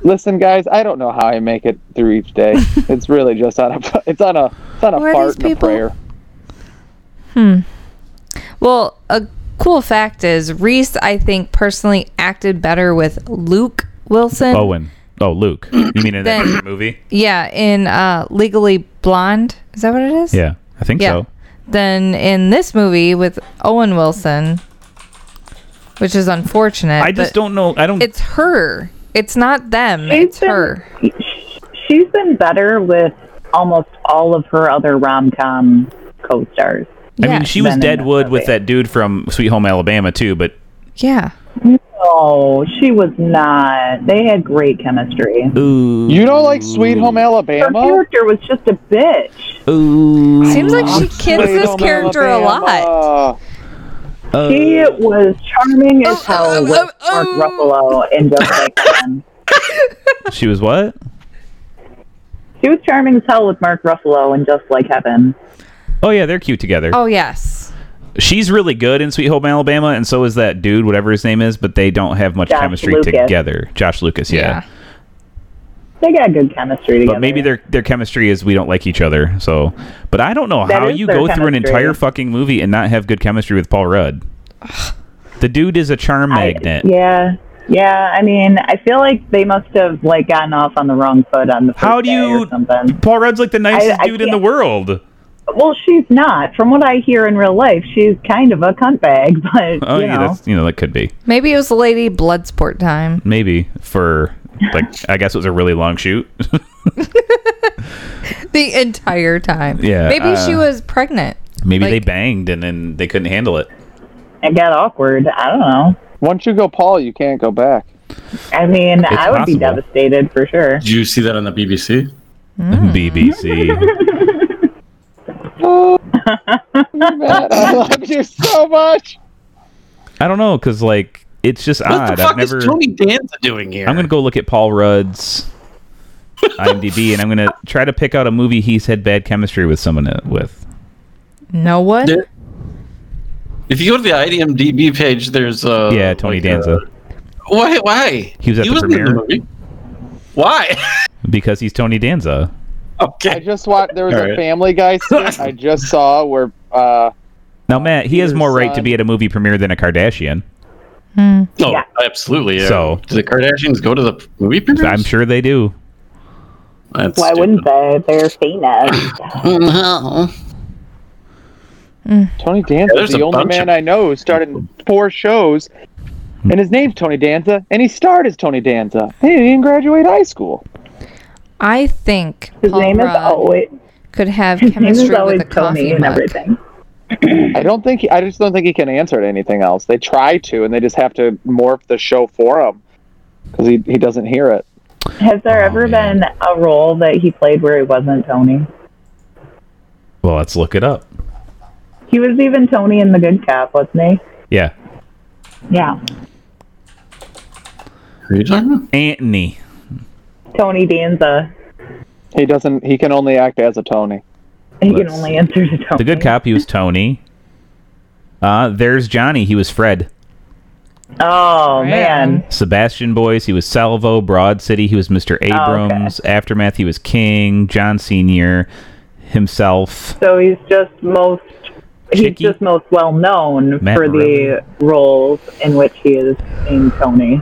Speaker 5: Listen, guys, I don't know how I make it through each day. it's really just on a it's on a it's on a
Speaker 4: Who are
Speaker 5: fart
Speaker 4: these
Speaker 5: and a
Speaker 4: people?
Speaker 5: prayer.
Speaker 4: Well, a cool fact is Reese, I think, personally acted better with Luke Wilson.
Speaker 3: Owen. Oh, Luke. You mean in that
Speaker 4: Then-
Speaker 3: other movie?
Speaker 4: Yeah, in uh, Legally Blonde. Is that what it is?
Speaker 3: Yeah, I think
Speaker 4: Yeah.
Speaker 3: so.
Speaker 4: Than in this movie with Owen Wilson, which is unfortunate.
Speaker 3: I just
Speaker 4: but
Speaker 3: don't know. I don't.
Speaker 4: It's her. It's not them.
Speaker 6: She's
Speaker 4: it's her.
Speaker 6: been- She's been better with almost all of her other rom com co stars.
Speaker 3: I mean,
Speaker 4: Yeah.
Speaker 3: she was
Speaker 6: Then in that
Speaker 3: Deadwood with
Speaker 6: movie.
Speaker 3: that dude from Sweet Home Alabama too, but
Speaker 4: Yeah.
Speaker 6: Oh, she was not. They had great chemistry.
Speaker 3: ooh,
Speaker 5: You don't like Sweet Home
Speaker 6: Her
Speaker 5: Alabama?
Speaker 6: character was just a bitch.
Speaker 3: ooh.
Speaker 4: Seems like she kids
Speaker 5: Sweet
Speaker 4: this
Speaker 5: Home
Speaker 4: character a lot.
Speaker 5: Alabama.
Speaker 3: uh,
Speaker 6: She was charming
Speaker 4: Oh,
Speaker 6: as hell with Mark Ruffalo and just like them.
Speaker 3: she was what?
Speaker 6: She was charming as hell with Mark Ruffalo and just like heaven.
Speaker 3: Oh yeah, they're cute together.
Speaker 4: Oh yes.
Speaker 3: She's really good in Sweet Home Alabama, and so is that dude, whatever his name is. But they don't have much
Speaker 6: Josh
Speaker 3: chemistry
Speaker 6: Lucas.
Speaker 3: together. Josh Lucas, yeah.
Speaker 4: Yeah.
Speaker 6: They got good chemistry together.
Speaker 3: But maybe their their chemistry is we don't like each other. So, but I don't know
Speaker 6: That
Speaker 3: how
Speaker 6: is
Speaker 3: you
Speaker 6: their
Speaker 3: go through an
Speaker 6: chemistry.
Speaker 3: entire fucking movie and not have good chemistry with Paul Rudd. The dude is a charm magnet.
Speaker 6: Yeah. Yeah, I mean, I feel like they must have like gotten off on the wrong foot on the first
Speaker 3: How do
Speaker 6: day
Speaker 3: you-
Speaker 6: or something.
Speaker 3: Paul Rudd's like the nicest
Speaker 6: I
Speaker 3: dude in the
Speaker 6: can't-
Speaker 3: world.
Speaker 6: Well, she's not. From what I hear in real life, she's kind of a cuntbag, but
Speaker 3: Oh
Speaker 6: you
Speaker 3: yeah,
Speaker 6: know,
Speaker 3: that's you know that could be
Speaker 4: Maybe it was Lady Bloodsport time.
Speaker 3: maybe for like I guess it was a really long shoot.
Speaker 4: The entire time.
Speaker 3: Yeah,
Speaker 4: Maybe she
Speaker 3: uh,
Speaker 4: was pregnant.
Speaker 3: maybe they
Speaker 4: Like-
Speaker 3: banged and then they couldn't handle it.
Speaker 6: it got awkward. I don't know.
Speaker 5: Once you go Paul, you can't go back.
Speaker 6: I mean, I would be
Speaker 3: possible.
Speaker 6: devastated for sure.
Speaker 7: Did you see that on the BBC?
Speaker 3: BBC.
Speaker 5: Man, I love you so much.
Speaker 3: I don't know because like it's just
Speaker 7: What
Speaker 3: odd.
Speaker 7: the fuck
Speaker 3: I've never.
Speaker 7: is Tony Danza doing here?
Speaker 3: I'm gonna go look at Paul Rudd's IMDb, and I'm gonna try to pick out a movie he's had bad chemistry with someone uh, with.
Speaker 4: No one?
Speaker 7: There- If you go to the IMDb page, there's uh
Speaker 3: Yeah, Tony
Speaker 7: like,
Speaker 3: Danza,
Speaker 7: uh, why? Why?
Speaker 3: He was at the
Speaker 7: wasn't in
Speaker 3: premiere.
Speaker 7: movie. Why?
Speaker 3: because he's Tony Danza.
Speaker 5: I
Speaker 7: okay.
Speaker 5: just watched. There was
Speaker 7: All
Speaker 5: a
Speaker 7: right.
Speaker 5: Family Guy skit I just saw where uh,
Speaker 3: Now, Matt, he has
Speaker 5: Peter's
Speaker 3: more right to
Speaker 5: son.
Speaker 3: be at a movie premiere than a Kardashian. Oh,
Speaker 7: No,
Speaker 6: Yeah.
Speaker 7: Oh, absolutely. Yeah.
Speaker 3: So-
Speaker 7: do the Kardashians go to the movie premieres?
Speaker 3: I'm sure they do.
Speaker 7: That's
Speaker 6: Why
Speaker 7: stupid.
Speaker 6: wouldn't they? They're famous.
Speaker 5: Tony Danza,
Speaker 7: there's
Speaker 5: the
Speaker 7: a
Speaker 5: only
Speaker 7: bunch
Speaker 5: man
Speaker 7: of-
Speaker 5: I know, who started in four shows, and his name's Tony Danza, and he starred as Tony Danza. He didn't even graduate high school.
Speaker 4: I think
Speaker 6: His
Speaker 4: Paul
Speaker 6: name
Speaker 4: Rudd
Speaker 6: is always
Speaker 4: could have
Speaker 6: his name is
Speaker 4: chemistry with
Speaker 6: always
Speaker 4: a coffee
Speaker 6: Tony and
Speaker 4: mug.
Speaker 6: everything.
Speaker 5: I don't think. He, I just don't think he can answer to anything else. They try to, and they just have to morph the show for him because he, he doesn't hear it.
Speaker 6: Has there ever
Speaker 3: Oh, man.
Speaker 6: been a role that he played where he wasn't Tony?
Speaker 3: Well, let's look it up.
Speaker 6: He was even Tony in The Good Cop, wasn't
Speaker 3: Yeah,
Speaker 6: he? Yeah,
Speaker 7: Who are you talking about?
Speaker 3: Anthony.
Speaker 6: Tony Danza.
Speaker 5: He doesn't. He can only act as a Tony.
Speaker 6: He can
Speaker 3: Let's see.
Speaker 6: only answer to Tony.
Speaker 3: The good cop, he was Tony. Uh, there's Johnny, he was Fred.
Speaker 6: Oh man,
Speaker 3: Sebastian Boys, he was Salvo. Broad City, he was Mr. Abrams. Aftermath, he was King. John Senior, himself.
Speaker 6: so he's just most. He's
Speaker 3: Chicky?
Speaker 6: just most well known
Speaker 3: Matt
Speaker 6: for the roles in which he is in Tony.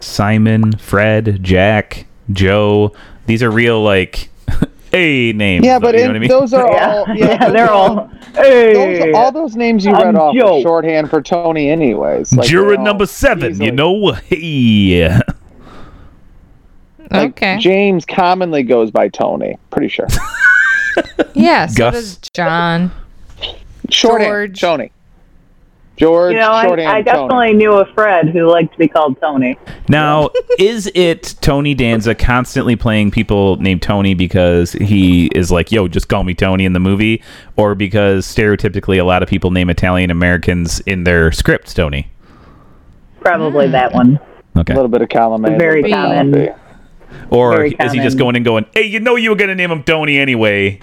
Speaker 3: Simon, Fred, Jack, Joe. These are real like A names.
Speaker 5: Yeah, but
Speaker 3: you know
Speaker 5: in,
Speaker 3: what I mean?
Speaker 5: those are
Speaker 6: Yeah,
Speaker 5: all. Yeah,
Speaker 6: yeah,
Speaker 5: those
Speaker 6: they're
Speaker 5: are
Speaker 6: all.
Speaker 5: Those,
Speaker 6: Hey,
Speaker 5: all those names you
Speaker 6: I'm
Speaker 5: read off
Speaker 6: Joe.
Speaker 5: are shorthand for Tony, anyways. Like,
Speaker 3: Juror
Speaker 5: they're all
Speaker 3: number seven,
Speaker 5: easily-
Speaker 3: you know? Hey.
Speaker 5: like,
Speaker 4: Okay.
Speaker 5: James commonly goes by Tony. Pretty sure.
Speaker 4: yeah, so
Speaker 3: Gus.
Speaker 4: does John.
Speaker 5: Shorthand
Speaker 4: George.
Speaker 5: Tony. George
Speaker 6: you know, I,
Speaker 5: shorthand
Speaker 6: I
Speaker 5: Tony.
Speaker 6: definitely knew a Fred who liked to be called Tony.
Speaker 3: Now, is it Tony Danza constantly playing people named Tony because he is like, yo, just call me Tony in the movie? Or because stereotypically a lot of people name Italian Americans in their scripts Tony?
Speaker 6: Probably
Speaker 5: Mm.
Speaker 6: that one.
Speaker 3: Okay.
Speaker 5: A little bit of column A.
Speaker 6: Very common.
Speaker 3: Or
Speaker 6: very
Speaker 3: is he just
Speaker 6: common.
Speaker 3: going and going, hey, you know you were going to name him Tony anyway?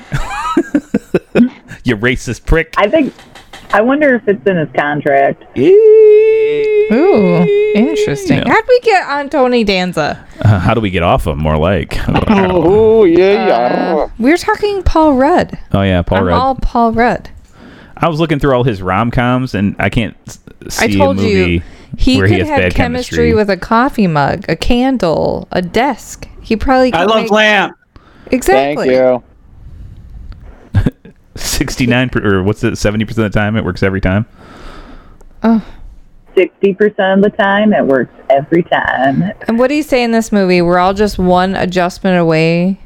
Speaker 3: you racist prick.
Speaker 6: I think. I wonder if it's in his contract.
Speaker 4: Ooh, interesting.
Speaker 3: No.
Speaker 4: How'd we get on Tony Danza?
Speaker 3: Uh, how do we get off him? More like. oh,
Speaker 5: Oh yeah, yeah.
Speaker 4: Uh, We were talking Paul Rudd.
Speaker 3: Oh, yeah, Paul
Speaker 4: I'm
Speaker 3: Rudd.
Speaker 4: all Paul Rudd.
Speaker 3: I was looking through all his rom coms, and I can't s- see
Speaker 4: I told
Speaker 3: a movie
Speaker 4: you he
Speaker 3: where
Speaker 4: could
Speaker 3: he has
Speaker 4: have
Speaker 3: bad
Speaker 4: chemistry with a coffee mug, a candle, a desk. He probably.
Speaker 7: I
Speaker 4: could
Speaker 7: love
Speaker 4: make-
Speaker 7: lamp.
Speaker 4: Exactly.
Speaker 5: Thank you.
Speaker 3: sixty nine per or what's it seventy percent of the time it works every time.
Speaker 6: Sixty percent of the time, it works every time.
Speaker 4: And what do you say in this movie? We're all just one adjustment away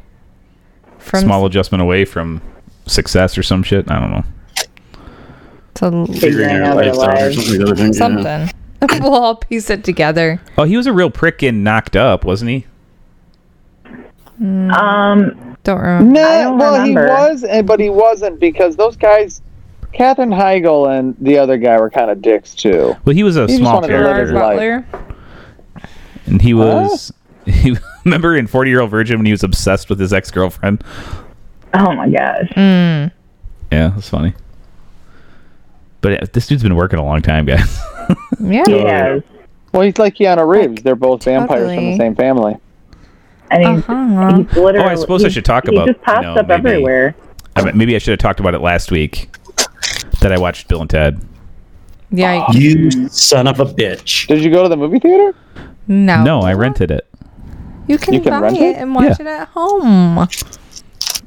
Speaker 4: from
Speaker 3: Small adjustment away from success or some shit. I don't know.
Speaker 4: to
Speaker 7: Figuring out
Speaker 6: Figuring out
Speaker 7: life
Speaker 6: their
Speaker 7: or
Speaker 6: lives.
Speaker 7: something. the other thing, yeah.
Speaker 4: something. we'll all piece it together.
Speaker 3: Oh, he was a real prick in Knocked Up, wasn't he?
Speaker 6: Um,
Speaker 4: Don't remember.
Speaker 5: No,
Speaker 6: don't
Speaker 5: well,
Speaker 6: remember.
Speaker 5: he was, eh, but he wasn't because those guys, Katherine Heigl and the other guy, were kind of dicks too.
Speaker 3: Well, he was a
Speaker 5: just
Speaker 3: small
Speaker 5: wanted to live
Speaker 4: Gerard
Speaker 5: his life.
Speaker 3: character,
Speaker 4: Butler.
Speaker 3: and he was. He, remember in Forty Year Old Virgin when he was obsessed with his ex girlfriend?
Speaker 6: oh my gosh.
Speaker 3: Yeah, that's funny. But uh, this dude's been working a long time, guys.
Speaker 4: Yeah.
Speaker 5: Oh,
Speaker 6: Yes.
Speaker 5: Well, he's like Keanu Reeves. They're both vampires from
Speaker 4: totally.
Speaker 5: the same family.
Speaker 6: I mean,
Speaker 4: Uh-huh.
Speaker 6: he's literally.
Speaker 3: Oh, I suppose I
Speaker 6: he-
Speaker 3: should talk
Speaker 6: he
Speaker 3: about-
Speaker 6: just pops
Speaker 3: no,
Speaker 6: up
Speaker 3: maybe.
Speaker 6: everywhere.
Speaker 3: I mean, maybe I should have talked about it last week that I watched Bill and Ted.
Speaker 4: Yeah.
Speaker 7: You son of a bitch.
Speaker 5: Did you go to the movie theater?
Speaker 4: No.
Speaker 3: No, I rented it.
Speaker 4: You can,
Speaker 5: You can
Speaker 4: buy
Speaker 5: rent
Speaker 4: it,
Speaker 5: it?
Speaker 4: and watch it at home.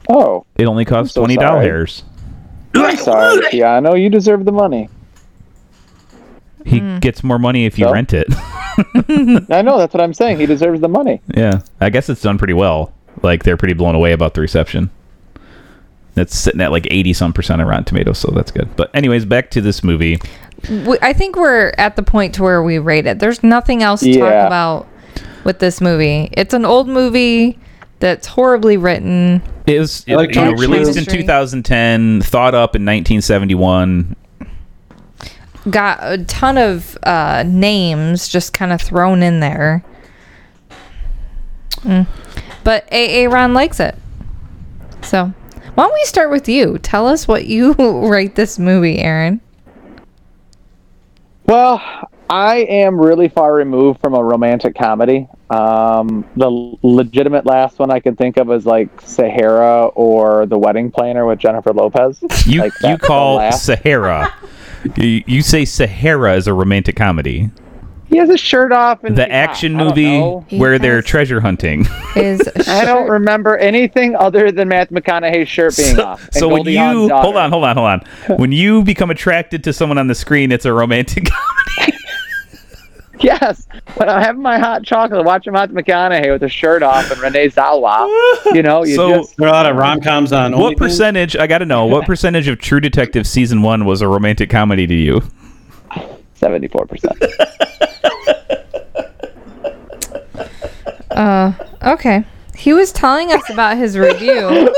Speaker 5: Oh,
Speaker 3: It only cost
Speaker 5: so
Speaker 3: twenty
Speaker 5: sorry.
Speaker 3: dollars.
Speaker 5: I'm sorry, Keanu. You deserve the money.
Speaker 3: He gets more money if you
Speaker 5: So?
Speaker 3: rent it.
Speaker 5: I know. That's what I'm saying. He deserves the money.
Speaker 3: yeah, I guess it's done pretty well. Like they're pretty blown away about the reception. That's sitting at like eighty some percent on Rotten Tomatoes, so that's good. But anyways, back to this movie.
Speaker 4: We, I think we're at the point to where we rate it. There's nothing else to
Speaker 5: Yeah.
Speaker 4: talk about with this movie. It's an old movie that's horribly written.
Speaker 3: It was it-
Speaker 7: like
Speaker 3: you know,
Speaker 7: Torchwood.
Speaker 3: released in
Speaker 4: Chemistry.
Speaker 3: 2010, thought up in 1971.
Speaker 4: Got a ton of uh, names just kind of thrown in there. Mm. But AA Ron likes it. So, why don't we start with you? Tell us what you rate this movie, Aaron.
Speaker 5: Well, I am really far removed from a romantic comedy. Um, the legitimate last one I can think of is like Sahara or The Wedding Planner with Jennifer Lopez.
Speaker 3: You
Speaker 5: Like,
Speaker 3: you
Speaker 5: that's the
Speaker 3: call
Speaker 5: last-
Speaker 3: Sahara. you, you say Sahara is a romantic comedy.
Speaker 5: He has his shirt off and
Speaker 3: The
Speaker 5: he's
Speaker 3: action
Speaker 5: hot. I don't
Speaker 3: movie
Speaker 5: know.
Speaker 4: He
Speaker 3: where they're
Speaker 4: has-
Speaker 3: treasure hunting.
Speaker 4: Is
Speaker 5: I don't remember anything other than Matt McConaughey's shirt being
Speaker 3: so
Speaker 5: off. and
Speaker 3: so when
Speaker 5: Goldie
Speaker 3: you
Speaker 5: Hawn's daughter.
Speaker 3: hold on, hold on, hold on. When you become attracted to someone on the screen, it's a romantic
Speaker 5: yes, when I'm having my hot chocolate, watching Matt McConaughey with his shirt off and Renee Zellweger, you know, you
Speaker 3: So-
Speaker 5: just
Speaker 7: There are a lot of rom coms on.
Speaker 3: What
Speaker 7: OnlyFans.
Speaker 3: percentage? I got to know what percentage of True Detective season one was a romantic comedy to you?
Speaker 5: seventy-four percent.
Speaker 4: uh, Okay. He was telling us about his review.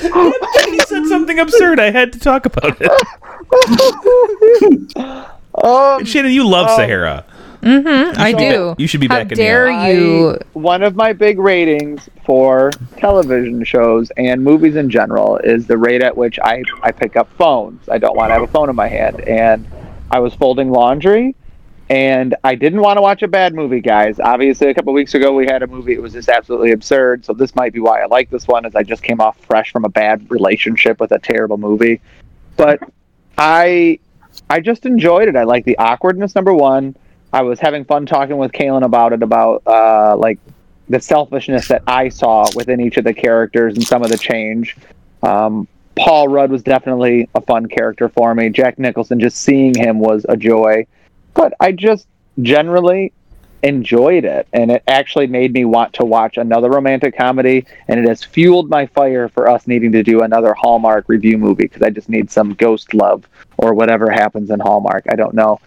Speaker 3: he said something absurd. I had to talk about it.
Speaker 5: Um,
Speaker 3: Shannon, you love Sahara.
Speaker 4: Mm-hmm, I do.
Speaker 3: you should be
Speaker 4: How
Speaker 3: back in the
Speaker 4: dare
Speaker 5: I-
Speaker 4: you?
Speaker 5: one of my big ratings for television shows and movies in general is the rate at which I, I pick up phones. I don't want to have a phone in my hand. And I was folding laundry and I didn't want to watch a bad movie, guys. Obviously, a couple weeks ago we had a movie. It was just absolutely absurd. So this might be why I like this one, is I just came off fresh from a bad relationship with a terrible movie. But I I just enjoyed it. I like the awkwardness. Number one, I was having fun talking with Kaylin about it about uh, like the selfishness that I saw within each of the characters and some of the change. Um, Paul Rudd was definitely a fun character for me. Jack Nicholson, just seeing him was a joy. But I just generally enjoyed it, and it actually made me want to watch another romantic comedy, and it has fueled my fire for us needing to do another Hallmark review movie because I just need some ghost love or whatever happens in Hallmark. I don't know.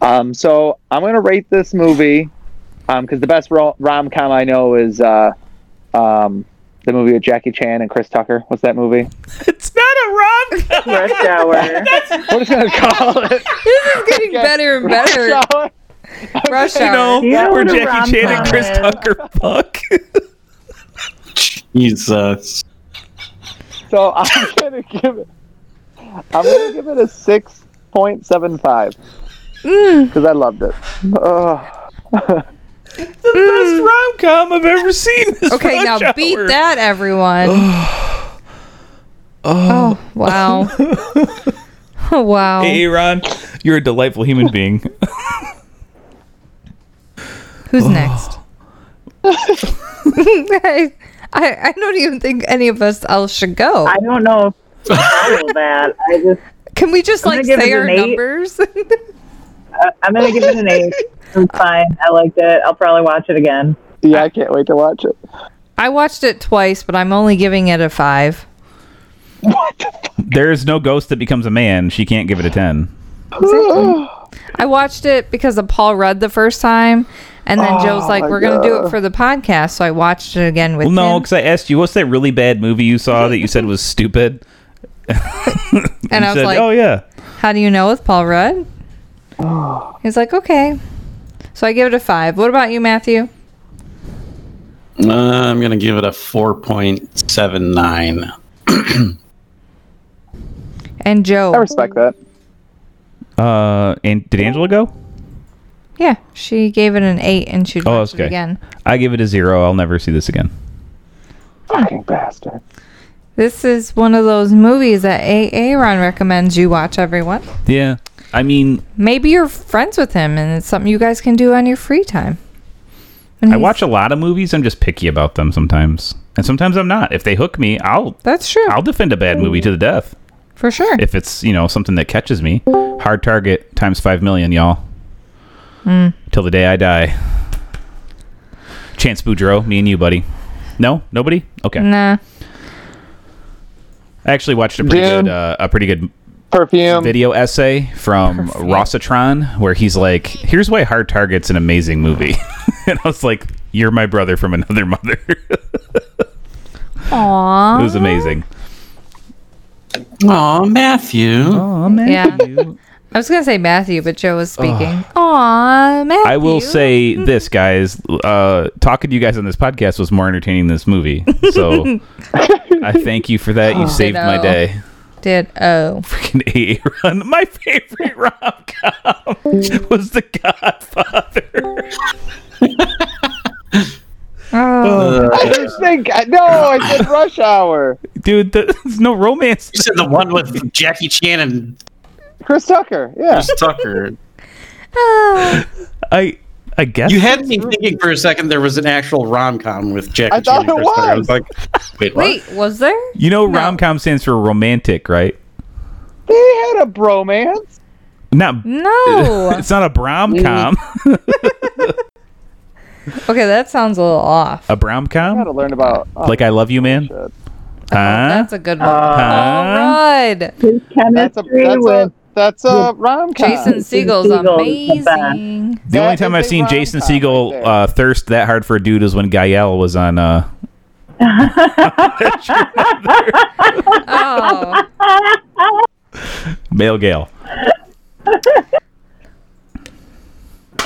Speaker 5: Um, so I'm going to rate this movie because Um, the best ro- rom com I know is uh, um, the movie with Jackie Chan and Chris Tucker. What's that movie?
Speaker 3: It's not a rom.
Speaker 6: Rush hour.
Speaker 5: We're just going to call it
Speaker 4: This is getting better and better.
Speaker 5: Rush Hour.
Speaker 4: Rush
Speaker 3: You
Speaker 4: hour.
Speaker 3: know
Speaker 6: Yeah,
Speaker 3: where
Speaker 6: what a
Speaker 3: Jackie Chan and
Speaker 6: rom-com
Speaker 3: Chris
Speaker 6: is.
Speaker 3: Tucker fuck.
Speaker 7: Jesus.
Speaker 5: So I'm going to give it. I'm going to give it a six point seven five
Speaker 4: Mm.
Speaker 5: because I loved it. Ugh.
Speaker 3: the best rom com I've ever seen. is
Speaker 4: Mm. Okay,
Speaker 3: Rush
Speaker 4: now beat
Speaker 3: Hour.
Speaker 4: that, everyone. Oh, wow. wow.
Speaker 3: Hey, Ron, you're a delightful human being.
Speaker 4: Who's next? I, I I don't even think any of us else should go.
Speaker 6: I don't know if I follow that. I just
Speaker 4: Can we just
Speaker 6: I'm gonna
Speaker 4: like
Speaker 6: give
Speaker 4: say
Speaker 6: it to
Speaker 4: our
Speaker 6: Nate.
Speaker 4: numbers?
Speaker 6: I'm gonna give it an eight. It's fine. I liked it. I'll probably watch it again.
Speaker 5: Yeah, I can't wait to watch it.
Speaker 4: I watched it twice, but I'm only giving it a five.
Speaker 5: What the fuck?
Speaker 3: there is no ghost that becomes a man. She can't give it a 10.
Speaker 4: I watched it because of Paul Rudd the first time, and then Joe's
Speaker 6: Oh
Speaker 4: like, "We're gonna do it for the podcast," so I watched it again with
Speaker 3: Well, no,
Speaker 4: him,
Speaker 3: because I asked you, what's that really bad movie you saw that you said was stupid?
Speaker 4: and I was
Speaker 3: said,
Speaker 4: like,
Speaker 3: oh, yeah.
Speaker 4: "How do you know with Paul Rudd?" He's like, "Okay," so I give it a five. What about you, Matthew?
Speaker 7: Uh, I'm gonna give it a four point seven nine.
Speaker 4: And Joe?
Speaker 5: I respect that.
Speaker 3: Uh, and did Angela go?
Speaker 4: Yeah, she gave it an eight, and she'd
Speaker 3: Oh,
Speaker 4: watch
Speaker 3: okay.
Speaker 4: it again.
Speaker 3: I give it a zero. I'll never see this again.
Speaker 5: Fucking bastard.
Speaker 4: This is one of those movies that Aaron recommends you watch, everyone.
Speaker 3: Yeah. I mean,
Speaker 4: Maybe you're friends with him, and it's something you guys can do on your free time. And
Speaker 3: I
Speaker 4: he's-
Speaker 3: watch a lot of movies. I'm just picky about them sometimes. And sometimes I'm not. If they hook me, I'll
Speaker 4: That's true,
Speaker 3: I'll defend a bad movie to the death.
Speaker 4: for sure.
Speaker 3: If it's, you know, something that catches me. Hard target times 5 million, y'all. Till the day I die. Chance Boudreau, me and you, buddy. No? Nobody? Okay.
Speaker 4: nah.
Speaker 3: I actually watched a pretty
Speaker 5: Dune.
Speaker 3: good uh, a pretty good
Speaker 5: Perfume.
Speaker 3: video essay from Rossitron where he's like, "Here's why Hard Target's an amazing movie," and I was like, "You're my brother from another mother." it
Speaker 4: Aww.
Speaker 3: was amazing.
Speaker 7: Oh, Matthew.
Speaker 3: Oh man,
Speaker 4: Yeah. I was gonna say Matthew, but Joe was speaking. Aw, Matthew.
Speaker 3: I will say this, guys. Uh, talking to you guys on this podcast was more entertaining than this movie. So I thank you for that. You saved my
Speaker 4: Ditto.
Speaker 3: day.
Speaker 4: Did oh
Speaker 3: Freaking A run. My favorite rom com was The Godfather.
Speaker 4: oh
Speaker 5: I just think I- no, I did rush hour.
Speaker 3: Dude, the, there's no romance.
Speaker 7: You said the one with Jackie Chan and
Speaker 5: Chris Tucker. Yeah.
Speaker 7: Chris Tucker.
Speaker 4: Oh.
Speaker 3: I I guess
Speaker 7: You had me thinking for a second there was an actual rom com with Jackie
Speaker 5: I thought
Speaker 7: Chan. and
Speaker 5: it
Speaker 7: Chris
Speaker 5: was.
Speaker 7: Tucker. I was like, wait, what?
Speaker 4: wait, was there?
Speaker 3: You know, rom com stands for romantic, right?
Speaker 5: They had a bromance.
Speaker 3: Not.
Speaker 4: No.
Speaker 3: It's not a brom com.
Speaker 4: okay, that sounds a little off.
Speaker 3: a brom
Speaker 5: I gotta
Speaker 3: com?
Speaker 5: learn about oh,
Speaker 3: Like I love you, man.
Speaker 5: shit.
Speaker 3: Huh?
Speaker 4: Oh, That's a good one.
Speaker 3: uh, Huh?
Speaker 4: All right,
Speaker 6: Uh, His
Speaker 5: That's a
Speaker 6: chemistry
Speaker 5: that's
Speaker 6: with
Speaker 5: a that's a rom com.
Speaker 4: Jason Siegel's
Speaker 6: Segel is the
Speaker 4: amazing.
Speaker 3: The only
Speaker 5: That
Speaker 3: time
Speaker 5: is
Speaker 3: I've
Speaker 5: a
Speaker 3: seen Jason
Speaker 5: rom-com
Speaker 3: Siegel
Speaker 5: right there.
Speaker 3: uh, thirst that hard for a dude is when Gael was on. Uh,
Speaker 4: Oh,
Speaker 3: Male Gale.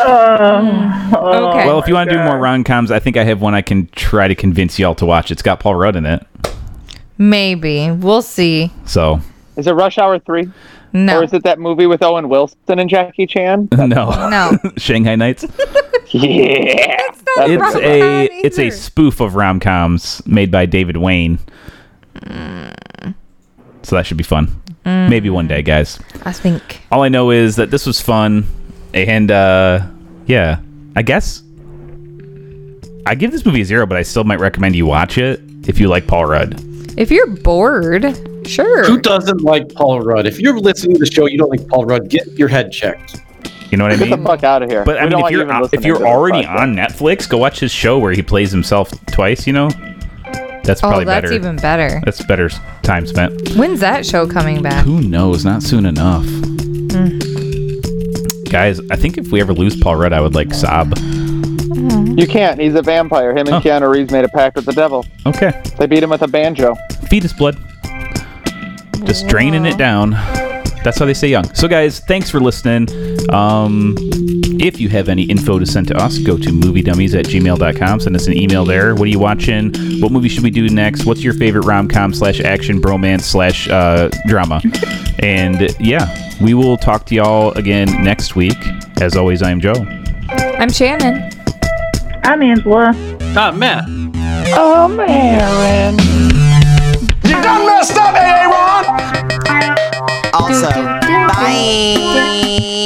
Speaker 5: Oh.
Speaker 4: okay.
Speaker 3: Well, if you want to do more rom coms, I think I have one I can try to convince y'all to watch. It's got Paul Rudd in it.
Speaker 4: Maybe we'll see.
Speaker 3: So,
Speaker 5: Is it Rush Hour Three, or
Speaker 4: No,
Speaker 5: is it that movie with Owen Wilson and Jackie Chan?
Speaker 3: no.
Speaker 4: no.
Speaker 3: Shanghai Nights.
Speaker 5: yeah.
Speaker 4: not
Speaker 3: It's
Speaker 4: rom-com
Speaker 3: a it's a
Speaker 4: either.
Speaker 3: spoof of rom coms made by David Wayne.
Speaker 5: Mm.
Speaker 3: So that should be fun. Maybe one day, guys.
Speaker 4: I think.
Speaker 3: All I know is that this was fun, and uh, yeah, I guess I give this movie a zero, but I still might recommend you watch it if you like Paul Rudd.
Speaker 4: If you're bored, sure.
Speaker 7: Who doesn't like Paul Rudd? If you're listening to the show, you don't like Paul Rudd. Get your head checked.
Speaker 3: You know what I
Speaker 5: Get the
Speaker 3: mean?
Speaker 5: fuck out of here.
Speaker 3: Mm-hmm. But
Speaker 5: We
Speaker 3: I mean,
Speaker 5: don't
Speaker 3: if
Speaker 5: want you
Speaker 3: you're
Speaker 5: even
Speaker 3: on- if
Speaker 5: listening to
Speaker 3: you're
Speaker 5: this
Speaker 3: already
Speaker 5: podcast.
Speaker 3: on Netflix, go watch his show where he plays himself twice. You know, that's
Speaker 4: oh,
Speaker 3: probably
Speaker 4: that's
Speaker 3: better.
Speaker 4: even better.
Speaker 3: that's better s- time spent.
Speaker 4: When's that show coming back?
Speaker 3: Who knows? Not soon enough.
Speaker 4: Hmm.
Speaker 3: Guys, I think if we ever lose Paul Rudd, I would like sob.
Speaker 5: you can't. He's a vampire. Him and
Speaker 3: Oh.
Speaker 5: Keanu Reeves made a pact with the devil.
Speaker 3: Okay.
Speaker 5: They beat him with a banjo.
Speaker 3: Fetus blood. Just draining it down. That's how they stay young. So, guys, thanks for listening. Um, if you have any info to send to us, go to moviedummies at gmail.com. Send us an email there. What are you watching? What movie should we do next? What's your favorite rom com slash action bromance slash uh, drama? and yeah, we will talk to y'all again next week. As always, I am Joe.
Speaker 4: I'm Shannon.
Speaker 6: I'm Angela.
Speaker 7: Ah, Matt.
Speaker 5: Oh, Aaron.
Speaker 8: You done messed up, AA Ron!
Speaker 9: Also,
Speaker 4: Do,
Speaker 9: bye.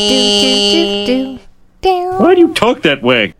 Speaker 4: do, do, do, do.
Speaker 3: Why do you talk that way?